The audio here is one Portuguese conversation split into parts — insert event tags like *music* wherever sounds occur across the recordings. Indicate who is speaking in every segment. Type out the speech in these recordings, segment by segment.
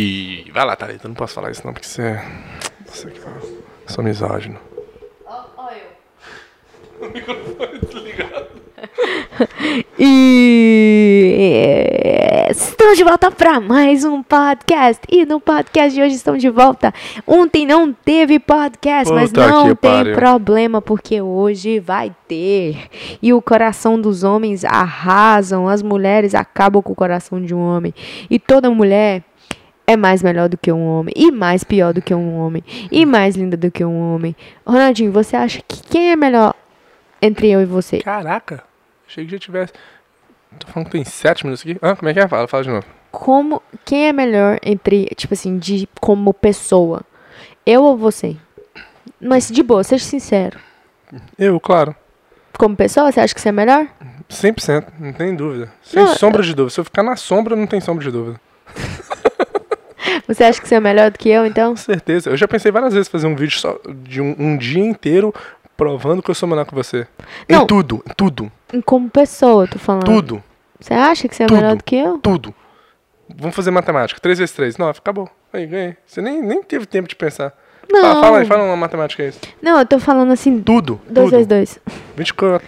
Speaker 1: E vai lá, Thalita, eu não posso falar isso não, porque você é. Você que tá. Sou misógino.
Speaker 2: Ó, ó eu.
Speaker 1: O microfone desligado.
Speaker 2: E é, estamos de volta para mais um podcast. E no podcast de hoje estamos de volta. Ontem não teve podcast, mas
Speaker 1: Puta que
Speaker 2: não tem
Speaker 1: pariu.
Speaker 2: problema, porque hoje vai ter. E o coração dos homens arrasam, as mulheres acabam com o coração de um homem. E toda mulher é mais melhor do que um homem, e mais pior do que um homem, e mais linda do que um homem. Ronaldinho, você acha que quem é melhor entre eu e você?
Speaker 1: Caraca, achei que já tivesse. Tô falando que tem sete minutos aqui. Ah, como é que é? Fala, fala de novo.
Speaker 2: como quem é melhor entre, tipo assim, de como pessoa? Eu ou você? Mas de boa, seja sincero.
Speaker 1: Eu, claro.
Speaker 2: Como pessoa, você acha que você é melhor?
Speaker 1: 100%, não tem dúvida. Sem
Speaker 2: Não, é-
Speaker 1: sombra de dúvida. Se eu ficar na sombra, não tem sombra de dúvida.
Speaker 2: Você acha que você é melhor do que eu, então?
Speaker 1: Com certeza. Eu já pensei várias vezes em fazer um vídeo só de um, um dia inteiro provando que eu sou melhor que você. Em
Speaker 2: Não. Ah.
Speaker 1: tudo, em tudo,
Speaker 2: Em Como pessoa, eu tô falando.
Speaker 1: tudo,
Speaker 2: Você acha que você é
Speaker 1: Tudo.
Speaker 2: melhor do que eu?
Speaker 1: tudo. Vamos fazer matemática. 3 vezes 3. 9, acabou. Aí, ganhei. Você nem, nem teve tempo de pensar.
Speaker 2: Não.
Speaker 1: Fala, fala aí, fala uma matemática aí.
Speaker 2: Não, eu tô falando assim,
Speaker 1: Tudo,
Speaker 2: dois
Speaker 1: tudo.
Speaker 2: vezes dois.
Speaker 1: 24.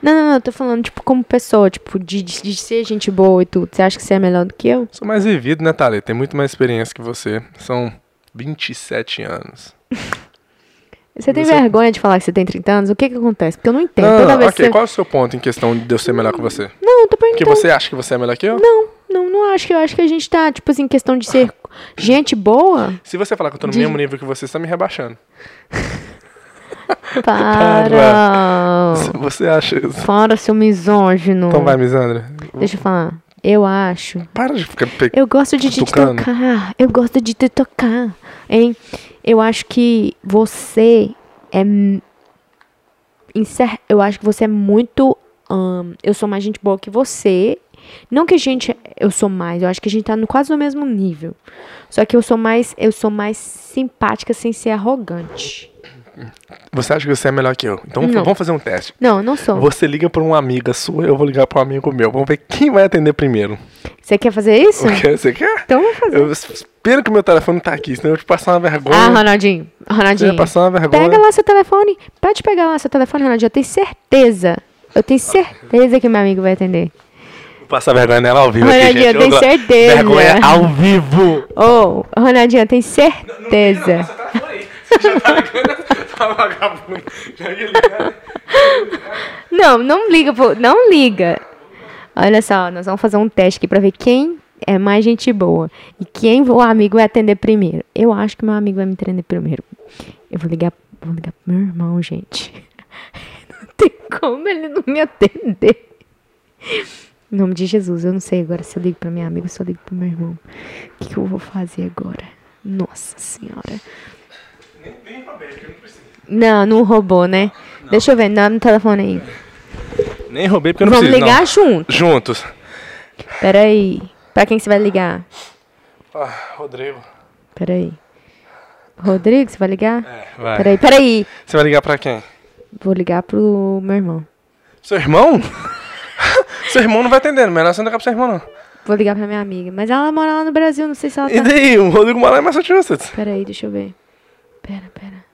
Speaker 2: Não, não, não, eu tô falando, tipo, como pessoa, tipo, de, de, de ser gente boa e tudo. Você acha que você é melhor do que eu?
Speaker 1: Sou mais vivido, né, Thalia? Tem muito mais experiência que você. São 27 anos.
Speaker 2: Você tem
Speaker 1: Você-
Speaker 2: vergonha de falar que você tem 30 anos? O que que acontece? Porque eu não entendo.
Speaker 1: não,
Speaker 2: Toda vez
Speaker 1: ok.
Speaker 2: que você...
Speaker 1: Qual é o seu ponto em questão de eu ser melhor que você?
Speaker 2: Não, eu tô
Speaker 1: Porque
Speaker 2: perguntando.
Speaker 1: você acha que você é melhor que eu?
Speaker 2: Não, não, não acho que eu acho que a gente tá, tipo assim, questão de ser
Speaker 1: *laughs*
Speaker 2: gente boa.
Speaker 1: Se você falar que eu tô no
Speaker 2: De-
Speaker 1: mesmo nível que você, você tá me rebaixando.
Speaker 2: Para.
Speaker 1: Se você acha isso.
Speaker 2: Para, seu misógino.
Speaker 1: Então vai, Misandra.
Speaker 2: Deixa eu falar. Eu acho.
Speaker 1: Para de ficar pe...
Speaker 2: Eu gosto de te
Speaker 1: Cutucando.
Speaker 2: tocar. Eu gosto de te tocar. Hein? Eu acho que você é. m- em cer- Eu acho que você é muito. ahn, eu sou mais gente boa que você. Não que a gente. Eu sou mais. Eu acho que a gente tá no, quase no mesmo nível. Só que eu sou mais. Eu sou mais simpática sem ser arrogante.
Speaker 1: Você acha que você é melhor que eu. Então
Speaker 2: Não.
Speaker 1: vamos fazer um teste.
Speaker 2: Não, eu não sou.
Speaker 1: Você liga pra uma amiga sua, eu vou ligar pra um amigo meu. Vamos ver quem vai atender primeiro.
Speaker 2: Você quer fazer isso?
Speaker 1: O que você quer?
Speaker 2: Então vamos fazer.
Speaker 1: Eu espero que meu telefone tá aqui, senão eu vou te passar uma vergonha.
Speaker 2: Ah, Ronaldinho.
Speaker 1: Você
Speaker 2: Ronaldinho.
Speaker 1: vai passar uma vergonha.
Speaker 2: Pega lá seu telefone. Pode pegar lá seu telefone, Ronaldinho. Eu tenho certeza. Eu tenho certeza que meu amigo vai atender.
Speaker 1: Vou passar vergonha nela ao vivo aqui,
Speaker 2: Ronaldinho,
Speaker 1: gente.
Speaker 2: eu tenho
Speaker 1: Ô, Gla-
Speaker 2: certeza.
Speaker 1: Vergonha ao vivo.
Speaker 2: Ô, Ronaldinho, eu tenho certeza.
Speaker 1: tá *laughs*
Speaker 2: Não, não liga, pô. Não liga. Olha só, nós vamos fazer um teste aqui pra ver quem é mais gente boa. E quem o amigo vai atender primeiro. Eu acho que meu amigo vai me atender primeiro. Eu vou ligar, vou ligar pro meu irmão, gente. *laughs* Não tem como ele não me atender. Em nome de Jesus, eu não sei agora se eu ligo pra minha amiga ou se eu ligo pro meu irmão. O que, que eu vou fazer agora? Nossa senhora. Não, não roubou, né? Deixa eu ver, dá no telefone aí.
Speaker 1: Nem roubei porque eu não
Speaker 2: Vamos
Speaker 1: preciso,
Speaker 2: ligar
Speaker 1: não.
Speaker 2: junto.
Speaker 1: Juntos.
Speaker 2: Peraí. Pra quem você vai ligar?
Speaker 1: Ah, Rodrigo.
Speaker 2: Peraí. Rodrigo, você vai ligar?
Speaker 1: É, vai.
Speaker 2: Peraí, peraí.
Speaker 1: Você vai ligar pra quem?
Speaker 2: Vou ligar pro meu irmão.
Speaker 1: Seu irmão? *laughs* seu irmão não vai atender, melhor você não ligar pro seu irmão,
Speaker 2: Ah,
Speaker 1: não.
Speaker 2: Vou ligar pra minha amiga. Mas ela mora lá no Brasil, não sei se ela
Speaker 1: E
Speaker 2: tá.
Speaker 1: daí, o Rodrigo mora lá em Massachusetts.
Speaker 2: Peraí, deixa eu ver. Pera, pera.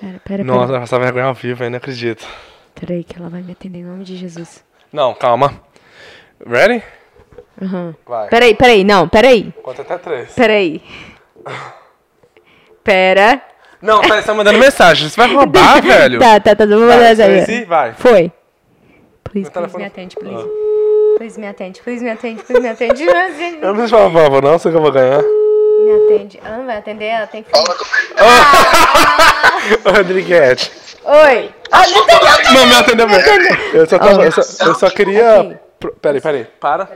Speaker 2: Pera, pera,
Speaker 1: Nossa,
Speaker 2: pera.
Speaker 1: vai passar vergonha ao vivo, eu não acredito.
Speaker 2: Peraí, que ela vai me atender em nome de Jesus.
Speaker 1: Não, calma. Ready?
Speaker 2: Aham.
Speaker 1: Vai.
Speaker 2: Peraí, peraí, não, peraí.
Speaker 1: Conta até três.
Speaker 2: Peraí. Pera.
Speaker 1: Não, tá, você tá mandando mensagem. Você vai
Speaker 2: *laughs*
Speaker 1: roubar, velho.
Speaker 2: Tá, tá, tá. Vou
Speaker 1: Vai,
Speaker 2: mandar essa aí.
Speaker 1: Suzy, vai.
Speaker 2: Foi. Please, please
Speaker 1: telefone-
Speaker 2: me atende, please. Please me atende, please me atende, please me atende. Me atende.
Speaker 1: Eu não preciso falar pra favor, não, sei que eu vou *laughs* ganhar.
Speaker 2: Me atende. Ela não vai atender, ela tem fome.
Speaker 1: Ô, Rodriguete.
Speaker 2: Oi. tá
Speaker 1: Não, me atendeu bem. Eu só, tava,
Speaker 2: Ó.
Speaker 1: eu só, eu só queria.
Speaker 2: Assim.
Speaker 1: pro- Peraí, peraí. Para.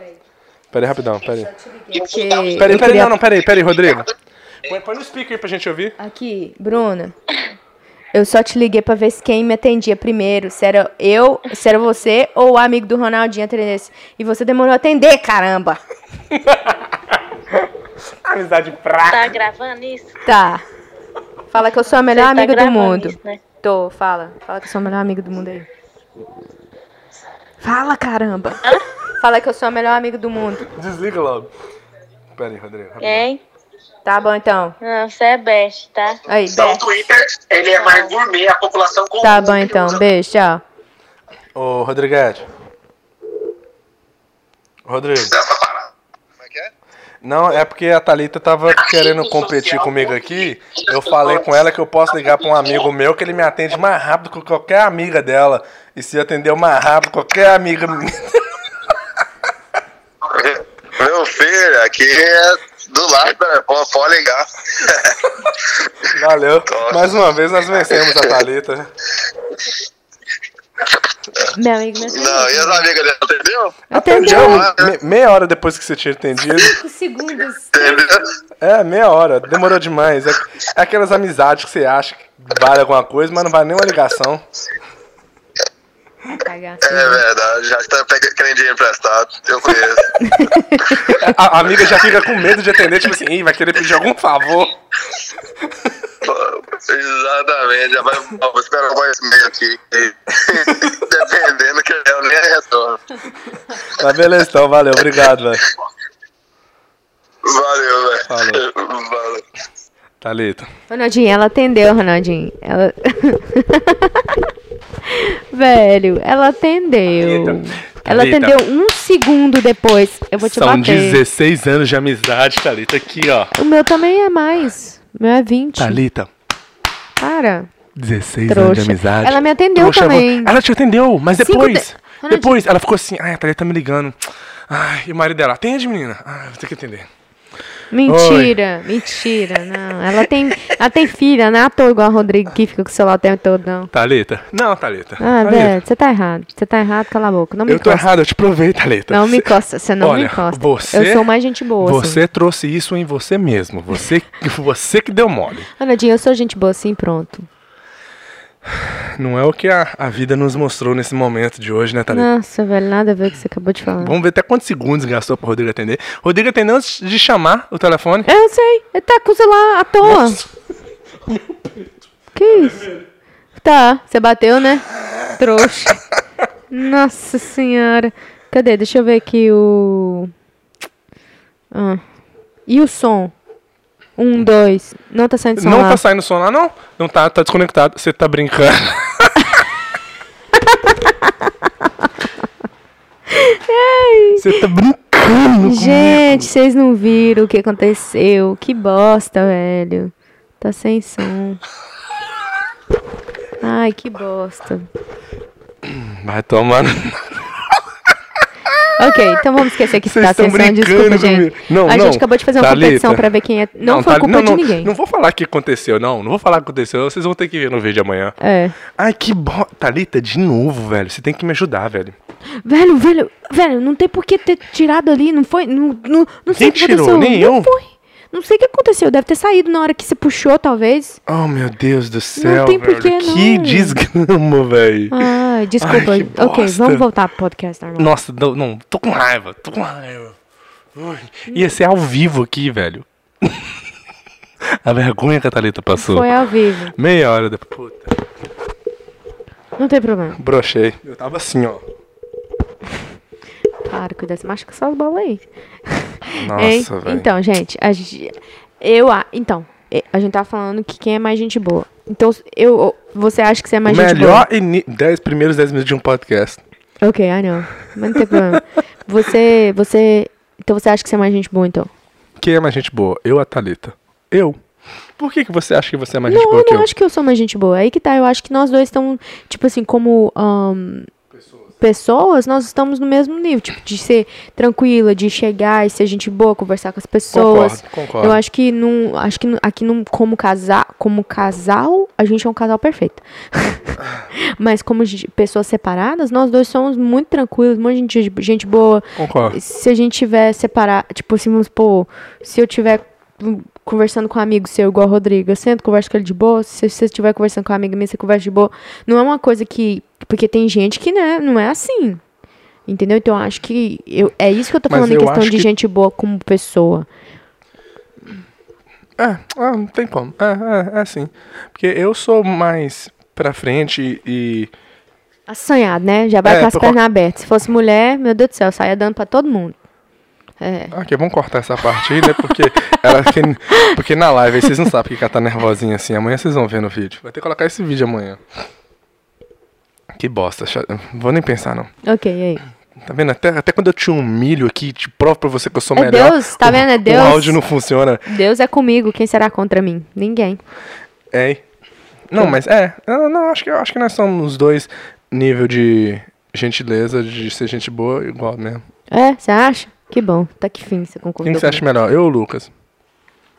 Speaker 1: Peraí, rapidão, peraí.
Speaker 2: Porque
Speaker 1: Peraí,
Speaker 2: eu
Speaker 1: peraí,
Speaker 2: queria...
Speaker 1: não, não, peraí, peraí, Rodrigo. Põe, põe no speaker aí pra gente ouvir. *laughs*
Speaker 2: Aqui, Bruna. Eu só te liguei pra ver se quem me atendia primeiro. Se era eu, se era você ou o amigo do Ronaldinho atendesse. E você demorou a atender, caramba.
Speaker 1: Amizade fraca.
Speaker 3: Tá gravando isso?
Speaker 2: Tá. Fala que eu sou a melhor
Speaker 3: Você tá
Speaker 2: amiga do
Speaker 3: gravando
Speaker 2: mundo.
Speaker 3: isso, né?
Speaker 2: Tô, fala. Fala que eu sou a melhor amiga do mundo aí. Fala, caramba. Fala que eu sou a melhor amiga do mundo.
Speaker 1: Desliga logo. Pera aí, Rodrigo. rapidão.
Speaker 3: Hein?
Speaker 2: Tá bom, então.
Speaker 3: Não, você é best, tá?
Speaker 2: Aí,
Speaker 4: Então o
Speaker 2: beijo.
Speaker 4: Twitter, ele é mais gourmet, a população comum.
Speaker 2: Tá bom,
Speaker 4: que
Speaker 2: então.
Speaker 4: usa.
Speaker 2: Beijo, tchau.
Speaker 1: Ô, Rodriguete. Rodrigo.
Speaker 4: Essa parada. Como é que é?
Speaker 1: Não, é porque a Thalita tava querendo competir comigo aqui. Eu falei com ela que eu posso ligar pra um amigo meu que ele me atende mais rápido que qualquer amiga dela. E se atender mais rápido, qualquer amiga. minha- *laughs*
Speaker 5: Meu filho, aqui é do lado, né? Pô, pode ligar.
Speaker 1: Valeu. Mais uma vez nós vencemos a Thalita.
Speaker 2: Meu amigo, meu
Speaker 5: Não, e as amigas dela, entendeu?
Speaker 2: Atendeu
Speaker 1: Deu me- meia hora depois que você tinha entendido.
Speaker 2: 5 segundos.
Speaker 5: Entendeu?
Speaker 1: É, meia hora. Demorou demais. É, é aquelas amizades que você acha que vale alguma coisa, mas não vale nenhuma ligação.
Speaker 2: Cagar.
Speaker 5: É verdade, já está pegando querendo dinheiro emprestado, eu
Speaker 2: *laughs*
Speaker 5: conheço.
Speaker 1: É, A, a amiga já fica com medo de atender, tipo assim, "Ih, vai querer pedir algum favor.
Speaker 5: Pô, Exatamente, já vai. ó, Vou esperar mais esse meio aqui. *laughs* que- Dependendo que é, eu nem retorno.
Speaker 1: Mas beleza, então, valeu. Obrigado, velho.
Speaker 5: Valeu, velho.
Speaker 1: Falou.
Speaker 5: Valeu.
Speaker 1: Thalita.
Speaker 2: Ronaldinho, ela atendeu, Ronaldinho. Ela... *laughs* Velho, ela atendeu.
Speaker 1: Thalita,
Speaker 2: Ela
Speaker 1: Thalita.
Speaker 2: atendeu um segundo depois. Eu vou te
Speaker 1: São
Speaker 2: bater.
Speaker 1: 16 anos de amizade, Thalita. Aqui, ó.
Speaker 2: O meu também é mais. O meu é 20.
Speaker 1: Tá Thalita,
Speaker 2: Para.
Speaker 1: 16 anos de
Speaker 2: Trouxa.
Speaker 1: amizade.
Speaker 2: Ela me atendeu
Speaker 1: Trouxa,
Speaker 2: também.
Speaker 1: Ela te atendeu, mas
Speaker 2: Cinco
Speaker 1: depois.
Speaker 2: te- Ronaldinho.
Speaker 1: Depois, ela ficou assim, ai, a Thalita tá me ligando. Ai, e o marido dela, atende, menina. Ai, vou ter que atender.
Speaker 2: Mentira, mentira. Não, ela tem, ela tem filha, não é à toa igual a Rodrigo que fica com o celular o tempo todo, não.
Speaker 1: Thalita. Não, Thalita.
Speaker 2: Ah,
Speaker 1: Thalita,
Speaker 2: velho, você tá errado. Você tá errado, cala a boca. Não me
Speaker 1: Eu tô
Speaker 2: encosta.
Speaker 1: errado, eu te provei, Thalita.
Speaker 2: Não me encosta, você não
Speaker 1: Olha,
Speaker 2: me encosta.
Speaker 1: você-
Speaker 2: eu sou mais gente boa, assim.
Speaker 1: Você trouxe isso em você mesmo. Você, *laughs* você que deu mole.
Speaker 2: Ronaldinho, eu sou gente boa assim, pronto.
Speaker 1: Não é o que a, a vida nos mostrou nesse momento de hoje, né, Thalita?
Speaker 2: Nossa, velho, nada a ver com o que você acabou de falar.
Speaker 1: Vamos ver até quantos segundos gastou pro Rodrigo atender. Rodrigo atendeu antes de chamar o telefone.
Speaker 2: Eu sei, ele tá com o celular à toa. Que isso? Tá, você bateu, né? Trouxa. Nossa senhora. Cadê? Deixa eu ver aqui o. Ah. E o som? Um, dois. Não tá saindo som
Speaker 1: Não
Speaker 2: lá.
Speaker 1: tá saindo som lá, não? Não tá, tá desconectado. Você tá brincando.
Speaker 2: *laughs*
Speaker 1: Você tá brincando.
Speaker 2: Gente, vocês não viram o que aconteceu. Que bosta, velho. Tá sem som. Ai, que bosta.
Speaker 1: Vai tomando.
Speaker 2: Ok, então vamos esquecer que isso
Speaker 1: Vocês
Speaker 2: tá sem
Speaker 1: tão
Speaker 2: som. Desculpa,
Speaker 1: brincando
Speaker 2: gente.
Speaker 1: comigo. Não,
Speaker 2: a
Speaker 1: não,
Speaker 2: gente acabou de fazer uma
Speaker 1: Thalita.
Speaker 2: competição pra ver quem é. Não, foi
Speaker 1: Thali-
Speaker 2: culpa
Speaker 1: não,
Speaker 2: de
Speaker 1: não,
Speaker 2: ninguém.
Speaker 1: Não vou falar que aconteceu, não. Não vou falar que aconteceu. Vocês vão ter que ver no vídeo amanhã.
Speaker 2: É.
Speaker 1: Ai, que bo... Thalita, de novo, velho. Você tem que me ajudar, velho.
Speaker 2: Velho, velho, velho, não tem por que ter tirado ali. Não foi. Não, não, não sei
Speaker 1: Quem
Speaker 2: o que aconteceu.
Speaker 1: tirou? Nem
Speaker 2: não
Speaker 1: eu.
Speaker 2: foi. Não sei o que aconteceu. Deve ter saído na hora que você puxou, talvez.
Speaker 1: Oh, meu Deus do céu,
Speaker 2: tem
Speaker 1: velho.
Speaker 2: porquê,
Speaker 1: que
Speaker 2: não.
Speaker 1: desgrama, velho.
Speaker 2: Ai, desculpa.
Speaker 1: Ai, que
Speaker 2: ok,
Speaker 1: bosta.
Speaker 2: vamos voltar pro podcast normal.
Speaker 1: Nossa, não, não, tô com raiva, tô com raiva. Ui, Ia ser ao vivo aqui, velho. *laughs* A vergonha que a Thalita passou.
Speaker 2: Foi ao vivo.
Speaker 1: Meia hora depois. Puta,
Speaker 2: Não tem problema.
Speaker 1: brochei. Eu tava assim, ó.
Speaker 2: Claro, cuidado, você machuca suas bolas aí. Hein?
Speaker 1: Nossa, velho.
Speaker 2: Então, gente, a gente. Eu. a- Então, e- a gente tava falando que quem é mais gente boa. Então, eu. Você acha que você é
Speaker 1: o
Speaker 2: mais gente boa?
Speaker 1: melhor ini- dez, primeiros 10 minutos de um podcast.
Speaker 2: Ok, ah não. Mas não tem problema. Você. Você. Então você acha que você é mais gente boa, então?
Speaker 1: Quem é mais gente boa? Eu ou a Thalita? Eu. Por que, que você acha que você é mais gente
Speaker 2: não,
Speaker 1: boa
Speaker 2: eu
Speaker 1: que
Speaker 2: não
Speaker 1: eu?
Speaker 2: acho que eu sou mais gente boa. Aí que tá, eu acho que nós dois estamos, tipo assim, como. ahn, pessoas, nós estamos no mesmo nível, tipo, de ser tranquila, de chegar e ser gente boa, conversar com as pessoas.
Speaker 1: Concordo, concordo.
Speaker 2: Eu acho que não, acho que não- aqui não, como casal, como casal, a gente é um casal perfeito. *laughs* Mas como gente- pessoas separadas, nós dois somos muito tranquilos, um monte de gente, gente boa.
Speaker 1: Concordo.
Speaker 2: Se a gente tiver separado, tipo assim, vamos supor, se eu tiver hum, conversando com um amigo seu, igual o Rodrigo, eu sento, converso com ele de boa. Se você estiver conversando com uma amiga minha, você conversa de boa. Não é uma coisa que. Porque tem gente que né, não é assim. Entendeu? Então eu acho que. Eu, é isso que eu tô
Speaker 1: Mas
Speaker 2: falando em
Speaker 1: eu
Speaker 2: questão
Speaker 1: acho
Speaker 2: de
Speaker 1: que-
Speaker 2: gente boa como pessoa.
Speaker 1: É, ah, não tem como. É, é, é assim. Porque eu sou mais pra frente e.
Speaker 2: Assanhado, né? Já vai
Speaker 1: É,
Speaker 2: com as
Speaker 1: por
Speaker 2: pernas abertas. Se fosse mulher, meu Deus do céu, saia dando pra todo mundo. É.
Speaker 1: Ah, que bom cortar essa parte aí, né? Porque, ela, que- porque na live aí vocês não sabem porque que ela tá nervosinha assim. Amanhã vocês vão ver no vídeo. Vai ter que colocar esse vídeo amanhã. Que bosta. cha- Vou nem pensar, não.
Speaker 2: Ok, e aí.
Speaker 1: Tá vendo? Até, até quando eu te humilho aqui, te provo pra você que eu sou
Speaker 2: É
Speaker 1: melhor.
Speaker 2: Deus, tá
Speaker 1: o-
Speaker 2: vendo? É Deus.
Speaker 1: O áudio não funciona.
Speaker 2: Deus é comigo, quem será contra mim? Ninguém.
Speaker 1: É. hein? Não, mas é. Eu, não, acho que, acho que nós somos os dois nível de gentileza, de ser gente boa, igual mesmo.
Speaker 2: É, você acha? Que bom, tá que fim, você concordou.
Speaker 1: Quem que você
Speaker 2: comigo.
Speaker 1: acha melhor? Eu ou o Lucas?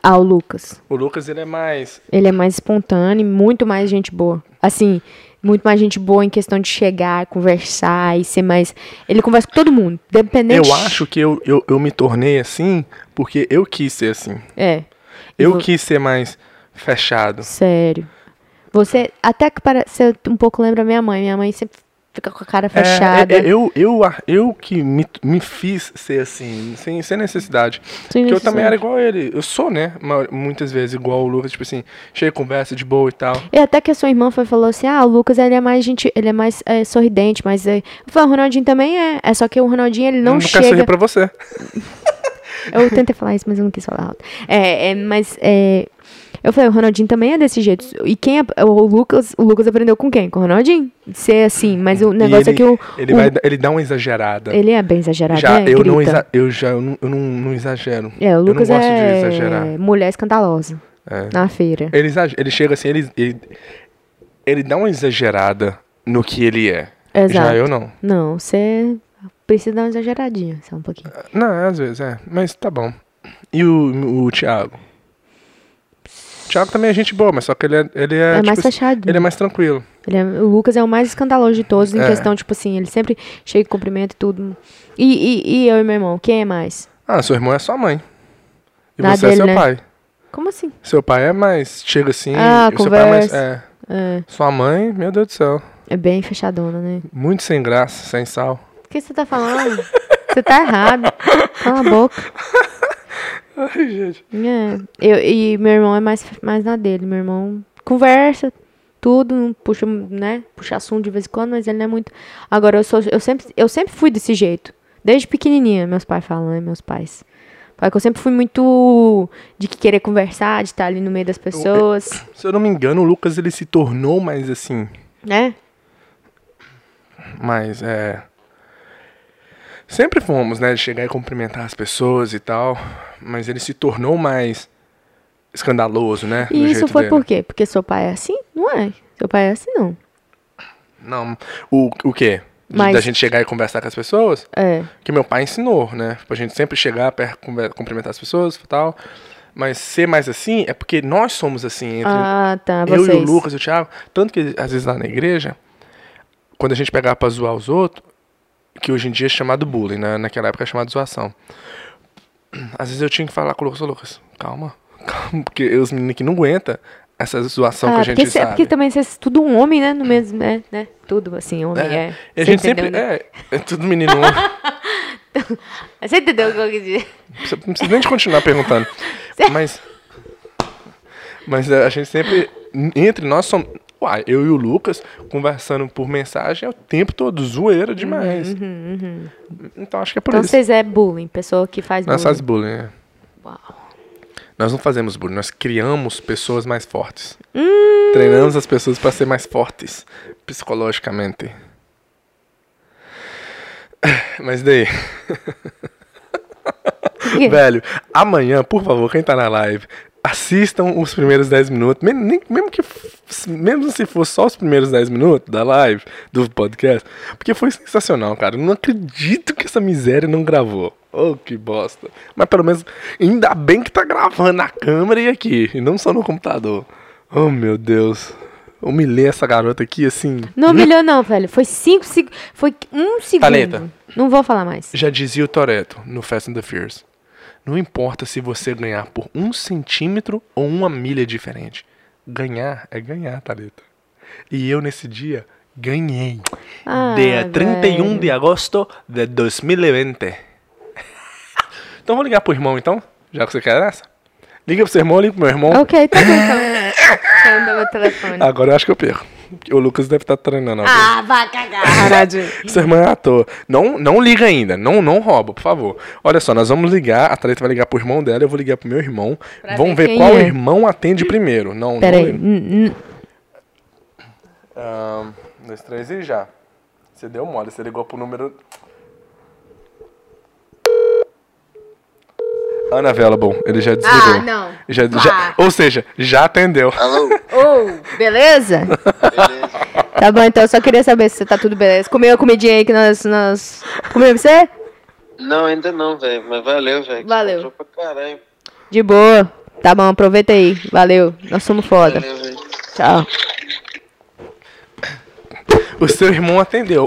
Speaker 2: Ah, o Lucas.
Speaker 1: O Lucas, ele é mais.
Speaker 2: Ele é mais espontâneo, e muito mais gente boa. Assim, muito mais gente boa em questão de chegar, conversar e ser mais. Ele conversa com todo mundo, dependente.
Speaker 1: Eu acho que eu, eu, eu me tornei assim porque eu quis ser assim.
Speaker 2: É.
Speaker 1: Eu
Speaker 2: Vo-
Speaker 1: quis ser mais fechado.
Speaker 2: Sério. Você, até que para, você um pouco lembra minha mãe. Minha mãe sempre fica com a cara
Speaker 1: É,
Speaker 2: fechada.
Speaker 1: é, eu, eu, eu que me, me fiz ser assim, sem, sem necessidade.
Speaker 2: Sem
Speaker 1: Porque eu também
Speaker 2: necessidade.
Speaker 1: era igual ele. Eu sou, né? ma- Muitas vezes igual o Lucas, tipo assim, cheio de conversa de boa e tal.
Speaker 2: E até que a sua irmã foi, falou assim: ah, o Lucas ele é mais gente, ele é mais é, sorridente, mas é... Eu falei, o Ronaldinho também é. É só que o Ronaldinho ele não
Speaker 1: Nunca
Speaker 2: chega.
Speaker 1: sorri pra você.
Speaker 2: Eu tentei falar isso, mas eu não quis falar alto. É, é, mas é, eu falei, o Ronaldinho também é desse jeito. E quem é- o Lucas, o Lucas aprendeu com quem? Com o Ronaldinho? Ser assim, mas o
Speaker 1: E
Speaker 2: negócio
Speaker 1: ele,
Speaker 2: é que o
Speaker 1: Ele,
Speaker 2: o-
Speaker 1: vai, ele dá uma exagerada.
Speaker 2: ele é bem exagerado,
Speaker 1: já,
Speaker 2: né?
Speaker 1: eu não
Speaker 2: Grita.
Speaker 1: exa- eu já eu não, eu não, não exagero.
Speaker 2: É, o Lucas
Speaker 1: eu não gosto
Speaker 2: é
Speaker 1: de exagerar.
Speaker 2: mulher escandalosa
Speaker 1: É.
Speaker 2: na feira.
Speaker 1: Ele, exa- ele chega assim, ele, ele, ele dá uma exagerada no que ele é.
Speaker 2: Exato.
Speaker 1: Já eu não.
Speaker 2: Não, você precisa dar uma exageradinha, só um pouquinho.
Speaker 1: Não, às vezes, é. Mas tá bom. E o, o Thiago? O Thiago também é gente boa, mas só que ele é. Ele é,
Speaker 2: É
Speaker 1: tipo
Speaker 2: mais
Speaker 1: assim,
Speaker 2: fechadinho.
Speaker 1: Ele é mais tranquilo.
Speaker 2: Ele é- o Lucas é o mais escandaloso de todos em
Speaker 1: É.
Speaker 2: questão, tipo assim, ele sempre chega e cumprimenta e tudo. E, e, e eu e meu irmão, quem é mais?
Speaker 1: Ah, seu irmão é sua mãe. E
Speaker 2: Na
Speaker 1: você é
Speaker 2: dele,
Speaker 1: seu
Speaker 2: né?
Speaker 1: pai.
Speaker 2: Como assim?
Speaker 1: Seu pai é mais. Chega assim.
Speaker 2: Ah,
Speaker 1: e seu pai é mais.
Speaker 2: conversa.
Speaker 1: É.
Speaker 2: É,
Speaker 1: Sua mãe, meu Deus do céu.
Speaker 2: é bem fechadona, né?
Speaker 1: Muito sem graça, sem sal.
Speaker 2: O que você tá falando? Você tá errado. Cala a boca.
Speaker 1: Ai, gente.
Speaker 2: É, eu, e meu irmão é mais, mais na dele. Meu irmão conversa, tudo, não puxa, né? Puxa assunto de vez em quando, mas ele não é muito. Agora, eu, sou, eu, sempre, eu sempre fui desse jeito. Desde pequenininha, meus pais falam, né? Meus pais. Porque eu sempre fui muito de que querer conversar, de estar ali no meio das pessoas,
Speaker 1: Se eu não me engano, o Lucas ele se tornou mais assim.
Speaker 2: né?
Speaker 1: Mas é. Sempre fomos, né? De chegar e cumprimentar as pessoas e tal. Mas ele se tornou mais escandaloso, né? do
Speaker 2: E isso
Speaker 1: jeito
Speaker 2: foi
Speaker 1: dele.
Speaker 2: por quê? Porque seu pai é assim? Não é. Seu pai é assim, não.
Speaker 1: Não. O, o quê? De-
Speaker 2: Mas-
Speaker 1: Da gente chegar e conversar com as pessoas?
Speaker 2: É.
Speaker 1: Que meu pai ensinou, né? Pra gente sempre chegar, per- conver- cumprimentar as pessoas e tal. Mas ser mais assim é porque nós somos assim. Entre
Speaker 2: Ah, tá.
Speaker 1: eu
Speaker 2: Vocês.
Speaker 1: e o Lucas e o Thiago. Tanto que às vezes lá na igreja, quando a gente pegava pra zoar os outros, que hoje em dia é chamado bullying, né? Naquela época é chamado zoação. Às vezes eu tinha que falar com o Lucas, "Ô, Lucas, calma, *laughs* calma, porque os meninos que não aguentam essa zoação que a
Speaker 2: Ah,
Speaker 1: gente
Speaker 2: porque, cê- é
Speaker 1: sabe.
Speaker 2: porque também vocês tudo um homem, né? No mesmo, né? né? Tudo assim, homem é.
Speaker 1: É, e
Speaker 2: Cê
Speaker 1: a gente
Speaker 2: entendeu,
Speaker 1: sempre.
Speaker 2: né?
Speaker 1: É, é tudo menino. Não
Speaker 2: Você entendeu o que eu quis dizer?
Speaker 1: precisa- não precisa nem de continuar perguntando. Mas. Mas é, a gente sempre. Entre nós somos. Uai, eu e o Lucas conversando por mensagem é o tempo todo, zoeira demais. Então acho que é por
Speaker 2: Então
Speaker 1: isso.
Speaker 2: vocês é bullying, pessoa que faz
Speaker 1: Nós
Speaker 2: bullying.
Speaker 1: fazemos bullying. é.
Speaker 2: Uau.
Speaker 1: Nós não fazemos bullying, nós criamos pessoas mais fortes. Treinamos as pessoas para ser mais fortes psicologicamente. Mas daí. *laughs* Velho, amanhã, por favor, quem tá na live, assistam os primeiros 10 minutos. Men- nem- Mesmo, que, f- mesmo se for só os primeiros 10 minutos da live, do podcast, porque foi sensacional, cara. Eu não acredito que essa miséria não gravou. Oh, que bosta. Mas pelo menos, ainda bem que tá gravando na câmera e aqui, e não só no computador. Oh, meu Deus. Humilhei essa garota aqui, assim.
Speaker 2: Não humilhou, não, velho. Foi cinco segundos. Foi um segundo.
Speaker 1: Talita.
Speaker 2: Não vou falar mais.
Speaker 1: Já dizia o Toreto no Fast and the Furious. Não importa se você ganhar por um centímetro ou uma milha diferente. Ganhar é ganhar, Thalita. E eu, nesse dia, ganhei.
Speaker 2: Ah,
Speaker 1: dia 31
Speaker 2: velho.
Speaker 1: de agosto de 2020. *laughs* então vou ligar pro irmão, então? Já que você quer essa? Liga pro seu irmão, liga pro meu irmão.
Speaker 2: *laughs* Ok, tá bom então. Então, dá meu telefone.
Speaker 1: Ah, Agora eu acho que eu perco. O Lucas deve estar treinando alguém.
Speaker 6: Ah, vai cagar. Paradinho.
Speaker 1: Sua irmã é ator. Não, não liga ainda. Não, não rouba, por favor. Olha só, nós vamos ligar. A Thalita vai ligar pro irmão dela, eu vou ligar pro meu irmão. vamos
Speaker 2: ver
Speaker 1: ver,
Speaker 2: quem
Speaker 1: qual
Speaker 2: é.
Speaker 1: irmão atende primeiro. Não,
Speaker 2: Pera
Speaker 1: não
Speaker 2: aí. N- n-
Speaker 1: Ah, Um, dois, três e já. Você deu mole, você ligou pro número. Ana Bom, ele já desligou.
Speaker 2: Ah, não.
Speaker 1: Já, já- ou seja, já atendeu.
Speaker 5: Alô?
Speaker 2: Ô, oh, beleza?
Speaker 5: Beleza.
Speaker 2: Tá bom, então eu só queria saber se você tá tudo beleza. Comeu a comidinha aí que nós. nós... Comeu pra você?
Speaker 5: Não, ainda não, velho. Mas valeu, velho.
Speaker 2: Valeu.
Speaker 5: Comprou pra caralho.
Speaker 2: De boa. Tá bom, aproveita aí. Valeu. Nós somos foda.
Speaker 5: Valeu, velho.
Speaker 2: Tchau.
Speaker 1: O seu irmão atendeu.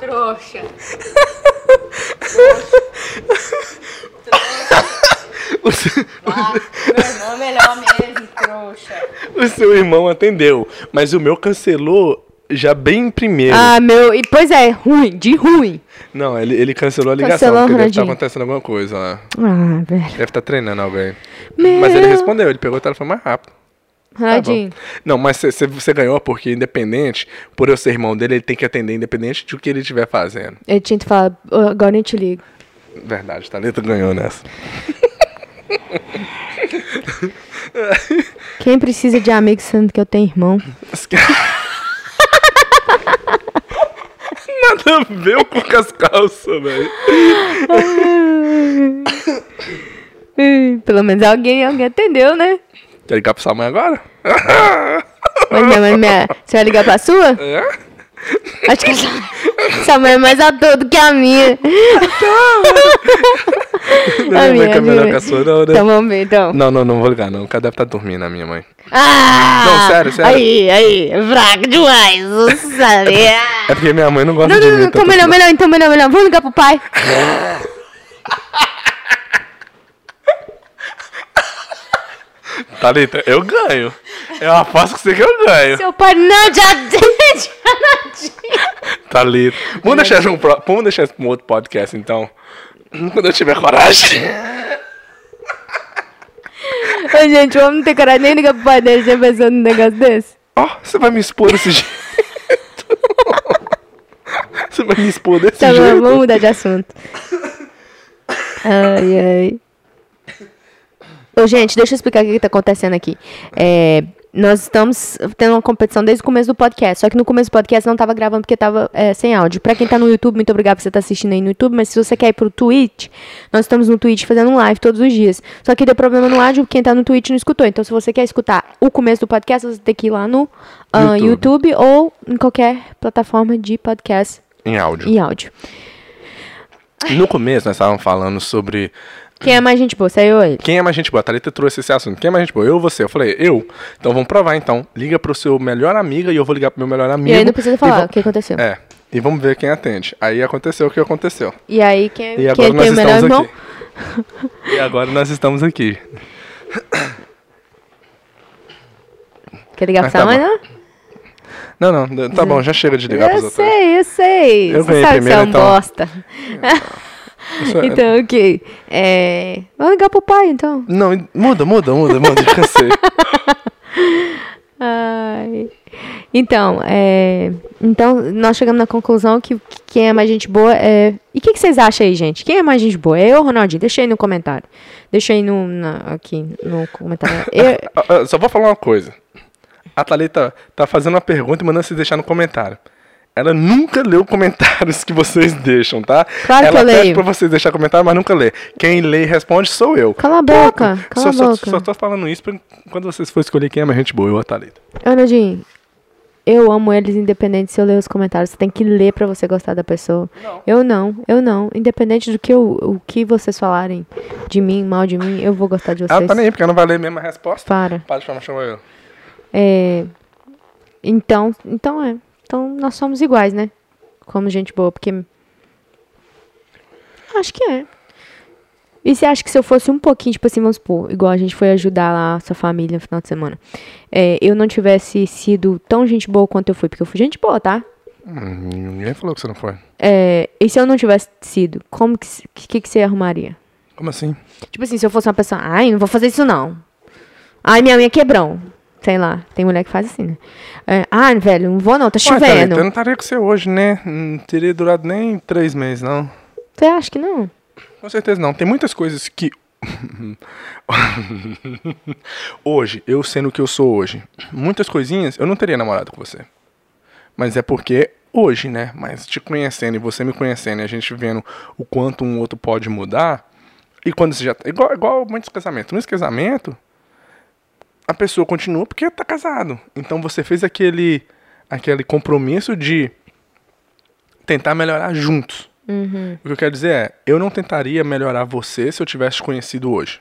Speaker 2: Trouxa.
Speaker 1: O seu,
Speaker 6: Meu irmão é melhor mesmo, trouxa.
Speaker 1: o seu irmão atendeu. Mas o meu cancelou já bem primeiro.
Speaker 2: Ah, meu. E, pois é, ruim, de ruim.
Speaker 1: Não, ele, ele cancelou a ligação,
Speaker 2: Cancelou,
Speaker 1: porque deve estar
Speaker 2: Ronaldinho.
Speaker 1: acontecendo alguma coisa lá.
Speaker 2: Ah, velho.
Speaker 1: Deve estar treinando alguém.
Speaker 2: Meu.
Speaker 1: Mas ele respondeu, ele pegou o telefone mais rápido. Tá bom.
Speaker 2: Ronaldinho.
Speaker 1: Não, mas cê- cê- você ganhou porque, independente, por eu ser irmão dele, ele tem que atender independente de o que ele estiver fazendo.
Speaker 2: eu tinha que falar, "Ô, agora eu te ligo.
Speaker 1: Verdade, Thalita ganhou nessa.
Speaker 2: Quem precisa de amigo sendo que eu tenho *laughs* irmão?
Speaker 1: *laughs* Nada a ver um com as calças, velho.
Speaker 2: Ih, Hum, Pelo menos alguém, alguém atendeu, né?
Speaker 1: Quer ligar pra sua mãe agora? *laughs*
Speaker 2: Mas minha mãe, minha- você vai ligar pra sua?
Speaker 1: É?
Speaker 2: Acho que essa- essa mãe é mais ator do que a minha.
Speaker 1: Não, minha mãe que é melhor
Speaker 2: minha-
Speaker 1: que a sua, não, né?
Speaker 2: Então vamos ver, então.
Speaker 1: Não, não, não vou ligar, não. O cara deve tá dormindo, a minha mãe.
Speaker 2: Ah!
Speaker 1: Não, sério, sério.
Speaker 2: Aí, aí, fraco demais, você *laughs* sabe? Ah.
Speaker 1: É porque minha mãe não gosta
Speaker 2: Não,
Speaker 1: de
Speaker 2: não,
Speaker 1: mim. tá
Speaker 2: não,
Speaker 1: tanto
Speaker 2: então melhor,
Speaker 1: que-
Speaker 2: melhor, então melhor, melhor. Vamos ligar pro pai.
Speaker 1: Thalita, eu ganho. Eu aposto que você que eu ganho.
Speaker 2: Seu pai não te atende, *laughs* Ronaldinho.
Speaker 1: Thalita. Tá Vamos deixar, isso um pro... Vamos deixar isso pra um outro podcast, então. Quando eu tiver coragem.
Speaker 2: Ô, gente, o homem não tem coragem nem ligar pro pai dele, já pensou num um negócio desse?
Speaker 1: Ó, você vai me expor desse *laughs* jeito. você vai me expor desse
Speaker 2: Tá bom,
Speaker 1: jeito.
Speaker 2: vamos mudar de assunto. Ai, ai. Ô, gente, deixa eu explicar o que, que tá acontecendo aqui. É, nós estamos tendo uma competição desde o começo do podcast. Só que no começo do podcast não tava gravando porque tava é, sem áudio. Pra quem tá no YouTube, muito obrigado por você estar assistindo aí no YouTube. Mas se você quer ir pro Twitch, nós estamos no Twitch fazendo um live todos os dias. Só que deu problema no áudio, quem tá no Twitch não escutou. Então, se você quer escutar o começo do podcast, você tem que ir lá no ah, YouTube ou em qualquer plataforma de podcast
Speaker 1: Em áudio.
Speaker 2: e áudio.
Speaker 1: No começo, nós estávamos falando sobre
Speaker 2: Quem é mais gente boa, você ou ele?
Speaker 1: quem é mais gente boa. A Thalita trouxe esse assunto. Quem é mais gente boa? Eu ou você? Eu falei, eu. Então vamos provar, então. Liga pro seu melhor amiga e eu vou ligar pro meu melhor amigo.
Speaker 2: E aí não precisa falar
Speaker 1: vamo-
Speaker 2: o que aconteceu.
Speaker 1: É. E vamos ver quem atende. Aí aconteceu o que aconteceu.
Speaker 2: E aí quem,
Speaker 1: E agora
Speaker 2: quem
Speaker 1: nós
Speaker 2: tem o melhor
Speaker 1: estamos
Speaker 2: irmão?
Speaker 1: aqui. *laughs* E agora nós estamos aqui.
Speaker 2: Quer ligar pra
Speaker 1: Ah, tá
Speaker 2: sua mãe,
Speaker 1: bom.
Speaker 2: não?
Speaker 1: Não, não, tá bom, já chega de ligar pros
Speaker 2: Eu
Speaker 1: outros.
Speaker 2: sei, eu sei.
Speaker 1: Eu
Speaker 2: Você
Speaker 1: ganhei
Speaker 2: sabe que você é
Speaker 1: primeiro,
Speaker 2: um
Speaker 1: então.
Speaker 2: bosta.
Speaker 1: Isso é-
Speaker 2: *laughs* Então, ok. É... Vamos ligar pro pai, então.
Speaker 1: Não, muda, muda, muda, muda, *laughs* eu cansei.
Speaker 2: Ai. Então, é... então, nós chegamos na conclusão que que quem é mais gente boa é. E o que, que vocês acham aí, gente? Quem é mais gente boa? É eu ou Ronaldinho? Deixa aí no comentário. Deixa aí no, na- aqui no
Speaker 1: *laughs*
Speaker 2: comentário. Eu-
Speaker 1: Ah, ah, Só vou falar uma coisa. A Thalita tá fazendo uma pergunta e mandando vocês deixar no comentário. Ela nunca leu comentários que vocês deixam, tá?
Speaker 2: Claro que
Speaker 1: Ela
Speaker 2: eu
Speaker 1: pede
Speaker 2: leio.
Speaker 1: pra vocês deixar comentário, mas nunca lê. Quem lê e responde sou eu.
Speaker 2: Cala a boca, cala a
Speaker 1: só,
Speaker 2: boca.
Speaker 1: Só, só tô falando isso pra quando vocês forem escolher quem é mais gente boa, eu ou a Thalita.
Speaker 2: Anadinho, eu amo eles independente se eu ler os comentários. Você tem que ler pra você gostar da pessoa. Eu não, eu não. Independente do que, eu, o que vocês falarem de mim, mal de mim, eu vou gostar de vocês.
Speaker 1: Ah, tá nem aí, porque ela não vai ler mesmo a resposta.
Speaker 2: Para.
Speaker 1: Para de falar, chama eu.
Speaker 2: É, então, então é. Então nós somos iguais, né? Como gente boa, porque. Acho que é. E você acha que se eu fosse um pouquinho, tipo assim, vamos supor, igual a gente foi ajudar lá a sua família no final de semana, é, eu não tivesse sido tão gente boa quanto eu fui, porque eu fui gente boa, tá?
Speaker 1: Hum, ninguém falou que você não foi.
Speaker 2: É, e se eu não tivesse sido, como que, que, que você arrumaria?
Speaker 1: Como assim?
Speaker 2: Tipo assim, se eu fosse uma pessoa, ai, não vou fazer isso não. Ai, minha unha quebrou. Sei lá, tem mulher que faz assim, né? É, ai, velho, não vou não, tá
Speaker 1: Ué, Thalita, eu
Speaker 2: chovendo.
Speaker 1: então não estaria com você hoje, né? Não teria durado nem três meses, não.
Speaker 2: Você acha que não?
Speaker 1: Com certeza não. Tem muitas coisas que. *laughs* hoje, eu sendo o que eu sou hoje, muitas coisinhas eu não teria namorado com você. Mas é porque hoje, né? Mas te conhecendo e você me conhecendo e a gente vendo o quanto um outro pode mudar. E quando você já. tá, Igual, igual muitos casamentos. Muitos casamentos, a pessoa continua porque tá casado. Então você fez aquele, aquele compromisso de tentar melhorar juntos. O que eu quero dizer é, eu não tentaria melhorar você se eu tivesse te conhecido hoje.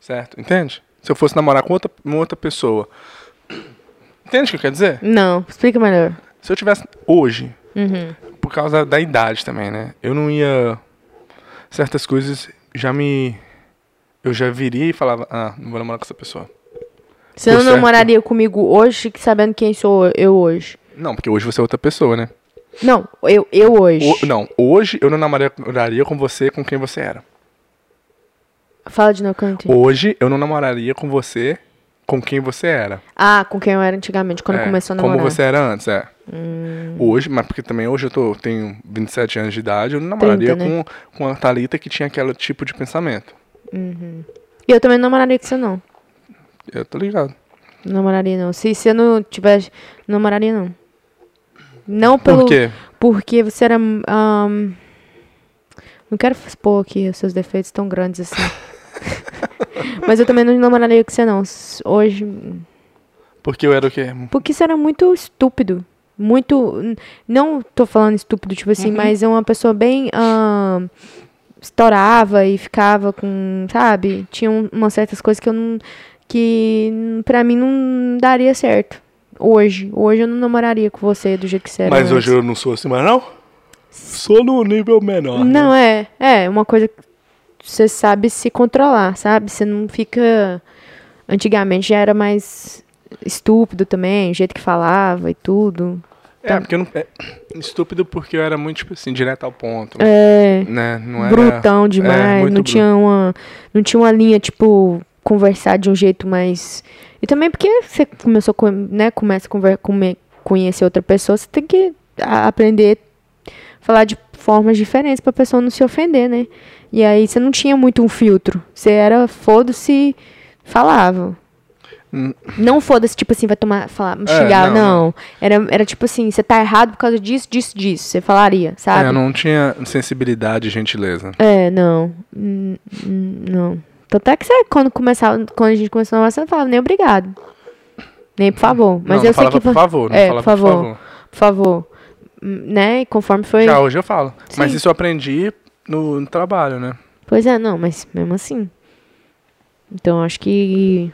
Speaker 1: Certo? Entende? Se eu fosse namorar com outra, uma outra pessoa. Entende o que eu quero dizer?
Speaker 2: Não, explica melhor.
Speaker 1: Se eu tivesse hoje,
Speaker 2: Uhum.
Speaker 1: por causa da idade também, né? Eu não ia. Certas coisas já me. Eu já viria e falava, ah, não vou namorar com essa pessoa.
Speaker 2: Você não
Speaker 1: Por certo.
Speaker 2: namoraria comigo hoje, que sabendo quem sou eu hoje?
Speaker 1: Não, porque hoje você é outra pessoa, né?
Speaker 2: Não, eu, eu hoje.
Speaker 1: O- não, hoje eu não namoraria com você com quem você era.
Speaker 2: Fala de novo, que eu não entendi.
Speaker 1: Hoje eu não namoraria com você com quem você era.
Speaker 2: Ah, com quem eu era antigamente, quando
Speaker 1: É,
Speaker 2: começou a
Speaker 1: como
Speaker 2: namorar. Hum.
Speaker 1: você era antes, é. Hoje, mas porque também hoje eu tô, tenho 27 anos de idade, eu não namoraria
Speaker 2: 30, né?
Speaker 1: com, com a Thalita que tinha aquele tipo de pensamento.
Speaker 2: E eu também não namoraria com você, não.
Speaker 1: Eu tô ligado.
Speaker 2: Não namoraria, não. Se você não tivesse. Não namoraria, não. Não pelo.
Speaker 1: Por quê?
Speaker 2: Porque você era. ahn, não quero expor aqui os seus defeitos tão grandes assim.
Speaker 1: *laughs*
Speaker 2: Mas eu também não namoraria com você, não. S- Hoje.
Speaker 1: Porque eu era o quê?
Speaker 2: Porque você era muito estúpido. Muito. n- Não tô falando estúpido, tipo
Speaker 1: Uhum.
Speaker 2: assim, mas é uma pessoa bem. ahn, estourava e ficava com. Sabe? Tinha um- umas certas coisas que eu não. Que hum, pra mim não daria certo. Hoje. Hoje eu não namoraria com você do jeito que você era.
Speaker 1: Mas
Speaker 2: antes.
Speaker 1: hoje eu não sou assim mais, não? Sou no nível menor. né?
Speaker 2: Não, é. É, uma coisa que você sabe se controlar, sabe? Você não fica. Antigamente já era mais estúpido também, o jeito que falava e tudo.
Speaker 1: É, porque eu não. é, estúpido porque eu era muito, tipo assim, direto ao ponto.
Speaker 2: É.
Speaker 1: Né? Não era, é,
Speaker 2: brutão demais,
Speaker 1: muito
Speaker 2: não
Speaker 1: bruto.
Speaker 2: tinha uma. Não tinha uma linha, tipo, conversar de um jeito mais. E também porque você começou, com- né? Começa a conver, come- conhecer outra pessoa, você tem que a- aprender a falar de formas diferentes pra pessoa não se ofender, né? E aí você não tinha muito um filtro. Você era foda-se, falava.
Speaker 1: Hum.
Speaker 2: Não foda-se, tipo assim, vai tomar, falar,
Speaker 1: É,
Speaker 2: xingar,
Speaker 1: não,
Speaker 2: não. Era, era tipo assim, você tá errado por causa disso, disso, disso. Você falaria, sabe?
Speaker 1: É, não tinha sensibilidade e gentileza.
Speaker 2: É, não. Hum, hum, Não. Tanto é que você, quando, começava, quando a gente começou a namorar, você não falava nem obrigado. Nem por favor. Mas
Speaker 1: não,
Speaker 2: eu
Speaker 1: não
Speaker 2: sei
Speaker 1: falava
Speaker 2: que.
Speaker 1: por favor, não
Speaker 2: é,
Speaker 1: falava
Speaker 2: por favor.
Speaker 1: por favor.
Speaker 2: Por favor. Hum, Né? E conforme foi.
Speaker 1: Já hoje eu falo. Mas
Speaker 2: Sim.
Speaker 1: isso eu aprendi no, no trabalho, né?
Speaker 2: Pois é, não, mas mesmo assim. Então acho que.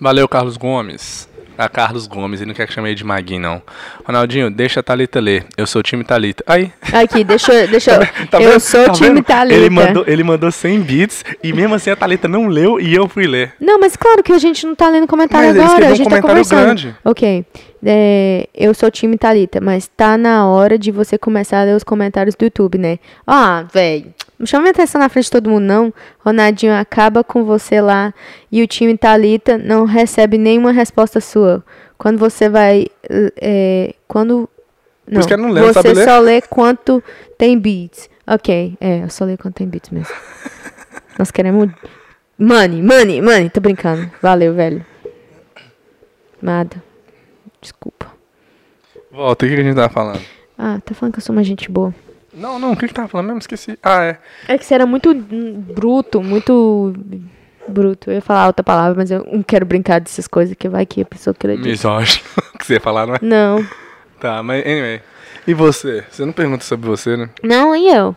Speaker 1: Valeu, Carlos Gomes. A Carlos Gomes, ele não quer que chame ele de Maguinho, não. Ronaldinho, deixa a Thalita ler. Eu sou o time Thalita. Aí.
Speaker 2: Aqui, deixa, eu- deixa eu.
Speaker 1: *laughs* Tá
Speaker 2: eu
Speaker 1: vendo?
Speaker 2: sou
Speaker 1: Tá
Speaker 2: o time
Speaker 1: vendo?
Speaker 2: Thalita.
Speaker 1: Ele mandou, ele mandou 100 bits e mesmo assim a Thalita não leu e eu fui ler.
Speaker 2: Não, mas claro que a gente não tá lendo comentário
Speaker 1: Mas ele
Speaker 2: agora.
Speaker 1: escreveu
Speaker 2: a
Speaker 1: um
Speaker 2: gente tá
Speaker 1: comentário
Speaker 2: conversando.
Speaker 1: grande.
Speaker 2: Ok. É, eu sou o time Thalita, mas tá na hora de você começar a ler os comentários do YouTube, né? Ah, velho. Não chama minha atenção na frente de todo mundo, não. Ronaldinho acaba com você lá e o time Thalita não recebe nenhuma resposta sua. Quando você vai. é, quando. Não,
Speaker 1: isso que ela não lê, não
Speaker 2: você
Speaker 1: sabe ler.
Speaker 2: só lê quanto tem beats. Ok, é, eu só leio quanto tem
Speaker 1: *laughs*
Speaker 2: beats mesmo. Nós queremos Money, money, money. Tô brincando. Valeu, velho. Nada. Desculpa.
Speaker 1: Volta, o que que a gente tava falando?
Speaker 2: Ah, tá falando que eu sou uma gente boa.
Speaker 1: Não, não, o que que tava falando mesmo? Esqueci. Ah, é.
Speaker 2: É que você era muito hum, bruto, muito bruto. Eu ia falar outra palavra, mas eu não quero brincar dessas coisas, que vai que a pessoa
Speaker 1: *laughs*
Speaker 2: acredita.
Speaker 1: Misógino. que você ia falar, não é?
Speaker 2: Não.
Speaker 1: Tá, mas anyway. E você? Você não pergunta sobre você, né?
Speaker 2: Não, e eu?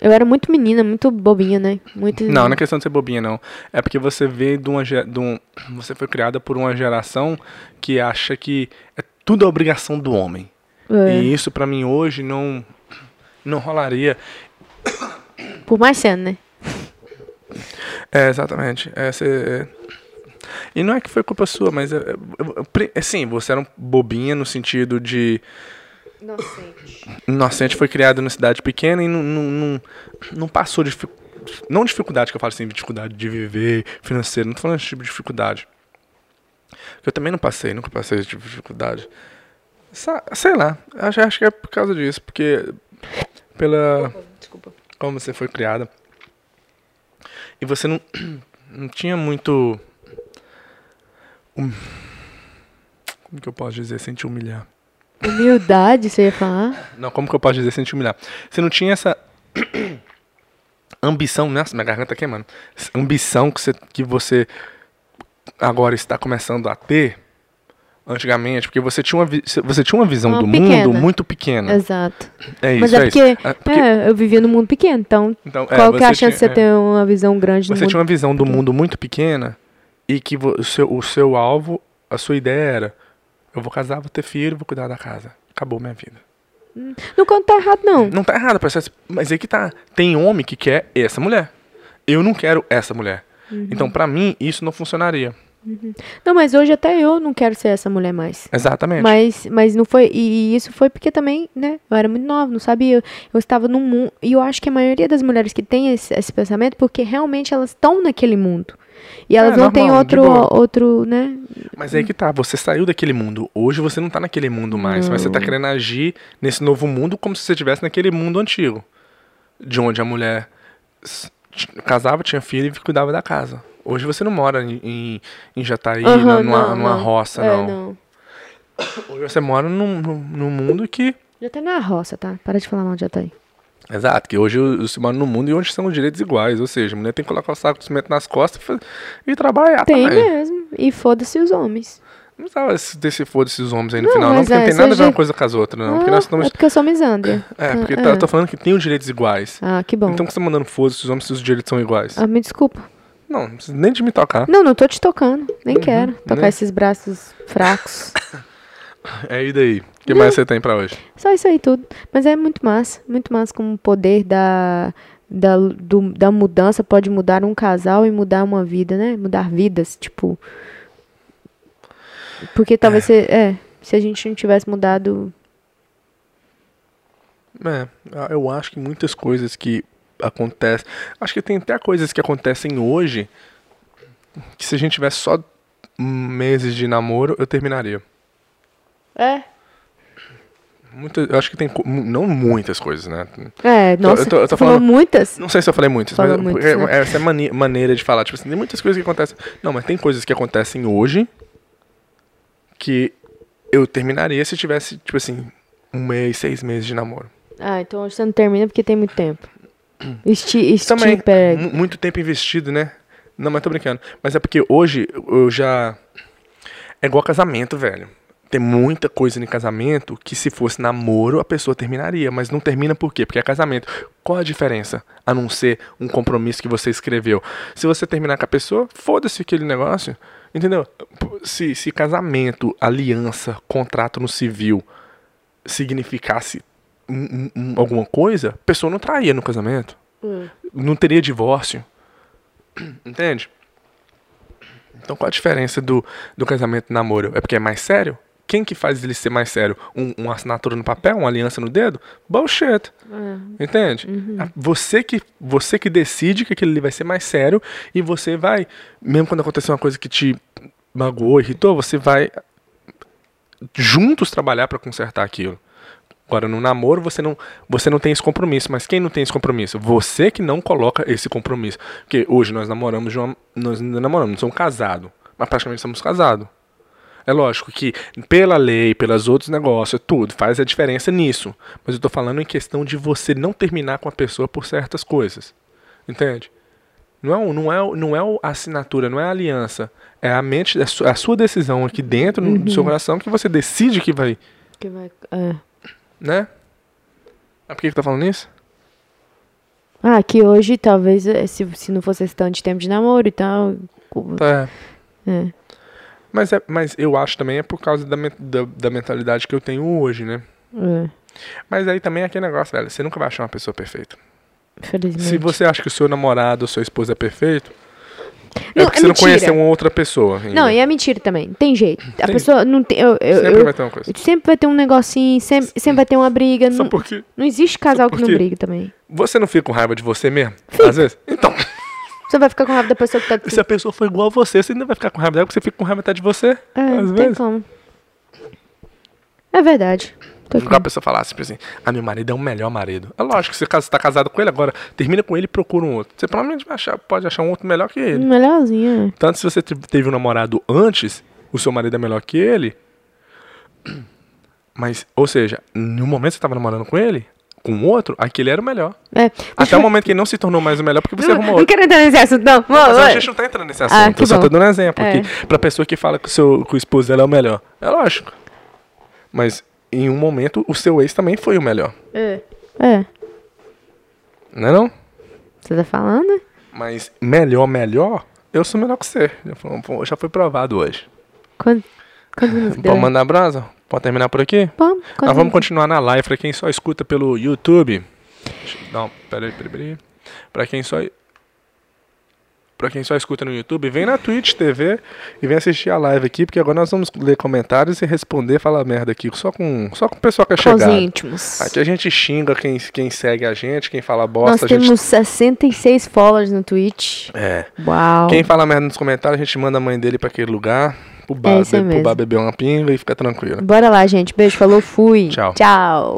Speaker 2: Eu era muito menina, muito bobinha, né? Muito.
Speaker 1: Não, não é questão de ser bobinha, não. É porque você veio de uma. ge- De um, você foi criada por uma geração que acha que é tudo a obrigação do homem.
Speaker 2: É.
Speaker 1: E isso, pra mim, hoje não. Não rolaria.
Speaker 2: Por mais sendo, né?
Speaker 1: É, exatamente. É, você- E não é que foi culpa sua, mas. É, é, pri- é, sim, você era um bobinha no sentido de.
Speaker 2: Inocente.
Speaker 1: Inocente foi criado numa cidade pequena e não, não, não, não passou de. fi- Não dificuldade que eu falo assim, dificuldade de viver, financeiro. Não tô falando desse tipo de dificuldade. Que eu também não passei, nunca passei esse tipo de dificuldade. Sa- Sei lá, acho, acho que é por causa disso, porque pela
Speaker 2: Desculpa.
Speaker 1: como você foi criada e você não, *clears throat* não tinha muito hum, como que eu posso dizer sem te humilhar?
Speaker 2: Humildade, você ia falar?
Speaker 1: Não, como que eu posso dizer sem te humilhar? Você não tinha essa *clears throat* ambição, nossa, minha garganta tá queimando. Essa ambição que você, que você agora está começando a ter antigamente, porque você tinha uma, vi- você tinha uma visão
Speaker 2: Uma
Speaker 1: do
Speaker 2: pequena.
Speaker 1: mundo muito pequena.
Speaker 2: Exato.
Speaker 1: É isso,
Speaker 2: Mas
Speaker 1: é
Speaker 2: é
Speaker 1: isso.
Speaker 2: porque,
Speaker 1: Ah, porque-
Speaker 2: é, eu vivia num mundo pequeno, então
Speaker 1: Então, é,
Speaker 2: qual que é a
Speaker 1: você
Speaker 2: chance de
Speaker 1: tinha-
Speaker 2: você ter uma visão grande no
Speaker 1: Você
Speaker 2: mundo?
Speaker 1: tinha uma visão do mundo muito pequena e que vo- o seu, o seu alvo, a sua ideia era: eu vou casar, vou ter filho, vou cuidar da casa. Acabou minha vida.
Speaker 2: Não conto tá errado, não.
Speaker 1: Não tá errado, processo, mas é que tá. Tem homem que quer essa mulher. Eu não quero essa mulher.
Speaker 2: Uhum.
Speaker 1: Então, pra mim, isso não funcionaria.
Speaker 2: Não, mas hoje até eu não quero ser essa mulher mais.
Speaker 1: Exatamente.
Speaker 2: Mas, mas não foi. E, e isso foi porque também, né? Eu era muito nova, não sabia. Eu estava num mundo. E eu acho que a maioria das mulheres que tem esse, esse pensamento, porque realmente elas estão naquele mundo. E elas
Speaker 1: É,
Speaker 2: não têm
Speaker 1: normal, de
Speaker 2: outro,
Speaker 1: boa.
Speaker 2: outro, né?
Speaker 1: Mas é que tá, você saiu daquele mundo. Hoje você não tá naquele mundo mais, mas você tá querendo agir nesse novo mundo como se você estivesse naquele mundo antigo. De onde a mulher s- t- casava, tinha filho e cuidava da casa. Hoje você não mora em, em, em Jataí,
Speaker 2: Aham,
Speaker 1: na- numa,
Speaker 2: não,
Speaker 1: numa
Speaker 2: não.
Speaker 1: roça,
Speaker 2: É,
Speaker 1: não. Hoje você mora num, num, num mundo que.
Speaker 2: Já tá na roça, tá? Para de falar mal de Jataí.
Speaker 1: Exato, que hoje o- você mora num mundo e onde são os direitos iguais. Ou seja, a mulher tem que colocar o saco de cimento nas costas e fa- e trabalhar
Speaker 2: Tem né?
Speaker 1: também.
Speaker 2: mesmo. E foda-se os homens.
Speaker 1: Não precisava se- desse foda esses homens aí no
Speaker 2: Não,
Speaker 1: final, não,
Speaker 2: mas
Speaker 1: porque
Speaker 2: é,
Speaker 1: não tem
Speaker 2: isso
Speaker 1: nada a ver
Speaker 2: já-
Speaker 1: uma coisa com as outras, não. porque
Speaker 2: Ah,
Speaker 1: nós estamos
Speaker 2: É porque eu sou misandra.
Speaker 1: É,
Speaker 2: Ah,
Speaker 1: porque tá- eu tô falando que tem os direitos iguais.
Speaker 2: Ah, que bom.
Speaker 1: Então por que você tá mandando foda se os homens se os direitos são iguais?
Speaker 2: Ah, me desculpa.
Speaker 1: Não, não precisa nem de me tocar.
Speaker 2: Não, não tô te tocando. Nem quero tocar
Speaker 1: né?
Speaker 2: esses braços fracos.
Speaker 1: É, e daí? O que mais você tem pra hoje?
Speaker 2: Só isso aí tudo. Mas é muito massa. Muito massa como o poder da, da, do- da mudança pode mudar um casal e mudar uma vida, né? Mudar vidas, tipo. Porque talvez se, é, se a gente não tivesse mudado.
Speaker 1: É, eu acho que muitas coisas que acontecem. Acho que tem até coisas que acontecem hoje que se a gente tivesse só meses de namoro, eu terminaria.
Speaker 2: É.
Speaker 1: Muita, eu acho que tem. co- mu- Não muitas coisas, né?
Speaker 2: É, nossa,
Speaker 1: eu tô- eu tô
Speaker 2: você falou
Speaker 1: falando-
Speaker 2: muitas.
Speaker 1: Não sei se eu falei muitas,
Speaker 2: Falou
Speaker 1: mas
Speaker 2: muitas,
Speaker 1: porque
Speaker 2: né?
Speaker 1: essa é mani- maneira de falar. Tipo assim, tem muitas coisas que acontecem. Não, mas tem coisas que acontecem hoje que eu terminaria se tivesse, tipo assim, um mês, seis meses de namoro.
Speaker 2: Ah, então hoje você não termina porque tem muito
Speaker 1: *coughs*
Speaker 2: tempo. Esti, esti,
Speaker 1: Também,
Speaker 2: pera-
Speaker 1: mu- muito tempo investido, né? Não, mas tô brincando. Mas é porque hoje eu já. É igual casamento, velho. Tem muita coisa em casamento que se fosse namoro a pessoa terminaria, mas não termina por quê? Porque é casamento. Qual a diferença? A não ser um compromisso que você escreveu. Se você terminar com a pessoa, foda-se aquele negócio. Entendeu? P- Se, se casamento, aliança, contrato no civil significasse um- um- um- alguma coisa, a pessoa não traía no casamento não teria divórcio. Entende? Então qual a diferença do, do casamento e namoro? É porque é mais sério? Quem que faz ele ser mais sério? Um, uma assinatura no papel, uma aliança no dedo? Bullshit. Entende? A- Você que você que decide que aquilo ali vai ser mais sério e você vai, mesmo quando acontecer uma coisa que te magoou, irritou, você vai juntos trabalhar pra consertar aquilo. Agora, no namoro, você não, você não tem esse compromisso. Mas quem não tem esse compromisso? Você que não coloca esse compromisso. Porque hoje nós namoramos, de uma, nós não namoramos, não somos casados. Mas praticamente somos casados. É lógico que pela lei, pelos outros negócios, tudo faz a diferença nisso. Mas eu tô falando em questão de você não terminar com a pessoa por certas coisas. Entende? Não é, o- não, é, o- não é o- a assinatura, não é a aliança. É a mente, é a sua, a sua decisão aqui dentro do seu coração que você decide que vai
Speaker 2: que vai- é.
Speaker 1: né? Ah, por que que tá falando isso?
Speaker 2: Ah, que hoje talvez, eh, se, se não fosse esse tanto de tempo de namoro e tal. cu-
Speaker 1: Tá.
Speaker 2: É.
Speaker 1: Mas, é, mas eu acho também é por causa da, men- da, da mentalidade que eu tenho hoje, né?
Speaker 2: é,
Speaker 1: Mas aí também é aquele negócio, velho. Você nunca vai achar uma pessoa perfeita.
Speaker 2: infelizmente.
Speaker 1: Se você acha que o seu namorado ou sua esposa é perfeito, É
Speaker 2: Não,
Speaker 1: porque
Speaker 2: é
Speaker 1: você não
Speaker 2: mentira.
Speaker 1: conheceu uma outra pessoa. ainda.
Speaker 2: Não, e é mentira também. Tem jeito. A
Speaker 1: Tem-
Speaker 2: pessoa não tem. Eu, eu-
Speaker 1: Sempre
Speaker 2: eu-
Speaker 1: vai ter uma coisa.
Speaker 2: Sempre vai ter um negocinho, sempre, sempre vai ter uma briga.
Speaker 1: Só
Speaker 2: Não,
Speaker 1: porque.
Speaker 2: não existe casal que não
Speaker 1: porque-
Speaker 2: briga também.
Speaker 1: Você não fica com raiva de você mesmo?
Speaker 2: Fica.
Speaker 1: Às vezes? Então. *laughs*
Speaker 2: Você vai ficar com raiva da pessoa que tá.
Speaker 1: Se a pessoa for igual a você, você ainda vai ficar com raiva dela porque você fica com raiva até de você.
Speaker 2: É,
Speaker 1: às
Speaker 2: não tem
Speaker 1: vezes.
Speaker 2: como. É verdade. Tô
Speaker 1: Igual a
Speaker 2: com...
Speaker 1: pessoa falar assim, tipo assim, ah, meu marido é o melhor marido. É lógico, se você tá casado com ele agora, termina com ele e procura um outro. Você provavelmente vai achar, pode achar um outro melhor que ele.
Speaker 2: Melhorzinho.
Speaker 1: Tanto se você te- teve um namorado antes, o seu marido é melhor que ele. *clears throat* Mas, ou seja, no momento que você tava namorando com ele, com outro, aquele era o melhor.
Speaker 2: é. É.
Speaker 1: Até o momento que ele não se tornou mais o melhor porque
Speaker 2: *laughs*
Speaker 1: você
Speaker 2: Não,
Speaker 1: arrumou
Speaker 2: não
Speaker 1: outro.
Speaker 2: quero entrar nesse assunto, não. Vamos,
Speaker 1: Mas a
Speaker 2: vamos.
Speaker 1: gente não tá entrando nesse assunto.
Speaker 2: Ah, que
Speaker 1: eu só
Speaker 2: bom.
Speaker 1: tô dando um exemplo
Speaker 2: É.
Speaker 1: aqui. Pra pessoa que fala que o, seu, que o esposo dela é o melhor. É lógico. Mas em um momento o seu ex também foi o melhor.
Speaker 2: É.
Speaker 1: Não é não?
Speaker 2: Você tá falando?
Speaker 1: Mas melhor, melhor, eu sou melhor que você. Já foi, pô, já foi provado hoje.
Speaker 2: Quando, quando nos deu?
Speaker 1: Vamos mandar brasa? Pode terminar por aqui?
Speaker 2: Vamos,
Speaker 1: Nós
Speaker 2: quando-
Speaker 1: vamos continuar na live pra quem só escuta pelo YouTube. Deixa eu dar um- peraí, peraí, peraí. Pra quem só. Pra quem só escuta no YouTube, vem na Twitch TV e vem assistir a live aqui, porque agora nós vamos ler comentários e responder, falar merda aqui, só com, só com o pessoal que é
Speaker 2: Com os
Speaker 1: chegado.
Speaker 2: íntimos.
Speaker 1: Aqui a gente xinga quem, quem segue a gente, quem fala
Speaker 2: Nós
Speaker 1: bosta, a gente.
Speaker 2: temos 66 followers no Twitch.
Speaker 1: É.
Speaker 2: Uau.
Speaker 1: Quem fala merda nos comentários, a gente manda a mãe dele pra aquele lugar, pro bar,
Speaker 2: É isso
Speaker 1: be- pro
Speaker 2: mesmo.
Speaker 1: bar beber uma pinga e fica tranquilo.
Speaker 2: Bora lá, gente. Beijo, falou, fui.
Speaker 1: Tchau.
Speaker 2: Tchau.